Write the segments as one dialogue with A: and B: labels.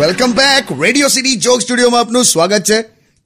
A: Welcome back radio city jock સ્ટુડિયોમાં આપનું સ્વાગત છે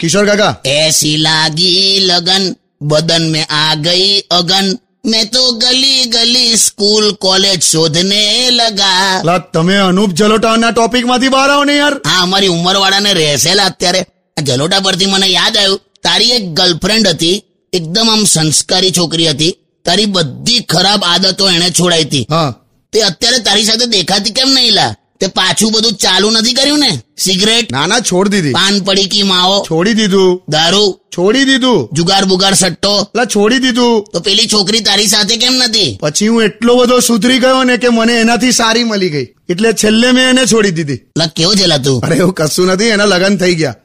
A: કિશોર કાકા
B: ऐसी लागी लगन बदन में आ गई अगन मैं तो गली गली स्कूल कॉलेज शोधने लगा
A: લા તમે અનુપ જલોટાના ટોપિકમાંથી બહાર આવો ને યાર
B: હા અમારી ઉંમર વાળાને રહેશેલા અત્યારે આ જલોટા પરથી મને યાદ આવ્યું તારી એક ગર્લફ્રેન્ડ હતી એકદમ આમ સંસ્કારી છોકરી હતી તારી બધી ખરાબ આદતો એને છોડાઈ હતી
A: હા
B: તે અત્યારે તારી સાથે દેખાતી કેમ નહીં લા તે પાછું બધું ચાલુ નથી કર્યું ને સિગરેટ
A: ના ના છોડી દીધી
B: પાન પડીકી માવો
A: છોડી દીધું
B: દારૂ
A: છોડી દીધું
B: જુગાર બુગાર સટ્ટો
A: લા છોડી દીધું
B: તો પેલી છોકરી તારી સાથે કેમ નથી
A: પછી હું એટલો બધો સુધરી ગયો ને કે મને એનાથી સારી મળી ગઈ એટલે છેલ્લે મેં એને છોડી દીધી
B: લા કેવો છે લા તું
A: અરે એવું કશું નથી એના લગ્ન થઈ ગયા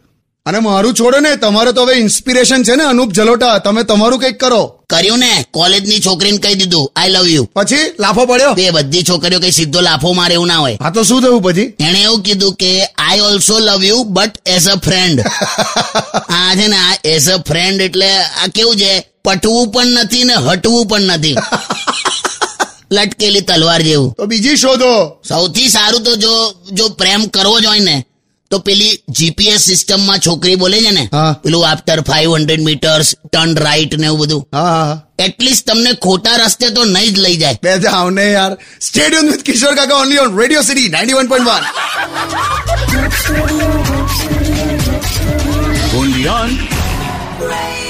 A: અને મારું છોડો ને તમારે તો હવે ઇન્સ્પિરેશન છે ને અનુપ જલોટા તમે તમારું કંઈક કરો
B: કર્યું ને કોલેજની છોકરીને કહી દીધું આઈ લવ યુ
A: પછી લાફો પડ્યો
B: તે બધી છોકરીઓ કઈ સીધો લાફો મારે એવું ના હોય
A: હા તો શું થયું પછી
B: એણે એવું કીધું કે I also love you but as a friend આ છે ને આ એઝ અ ફ્રેન્ડ એટલે આ કેવું છે પટવું પણ નથી ને હટવું પણ નથી લટકેલી તલવાર જેવું
A: તો બીજી શોધો
B: સૌથી સારું તો જો જો પ્રેમ કરવો જ હોય ને તો પેલી જીપીએસ સિસ્ટમમાં છોકરી બોલે છે ને
A: હા.
B: પેલું after five hundred meters turn right ને એવું બધું
A: હા હા હા.
B: એટલીસ્ટ તમને ખોટા રસ્તે તો નહીં જ લઈ જાય
A: બે જાવ ને યાર સ્ટેડિયમ વિથ કિશોર કાકા only on radio city ninety one point one
C: Undian.
D: Radio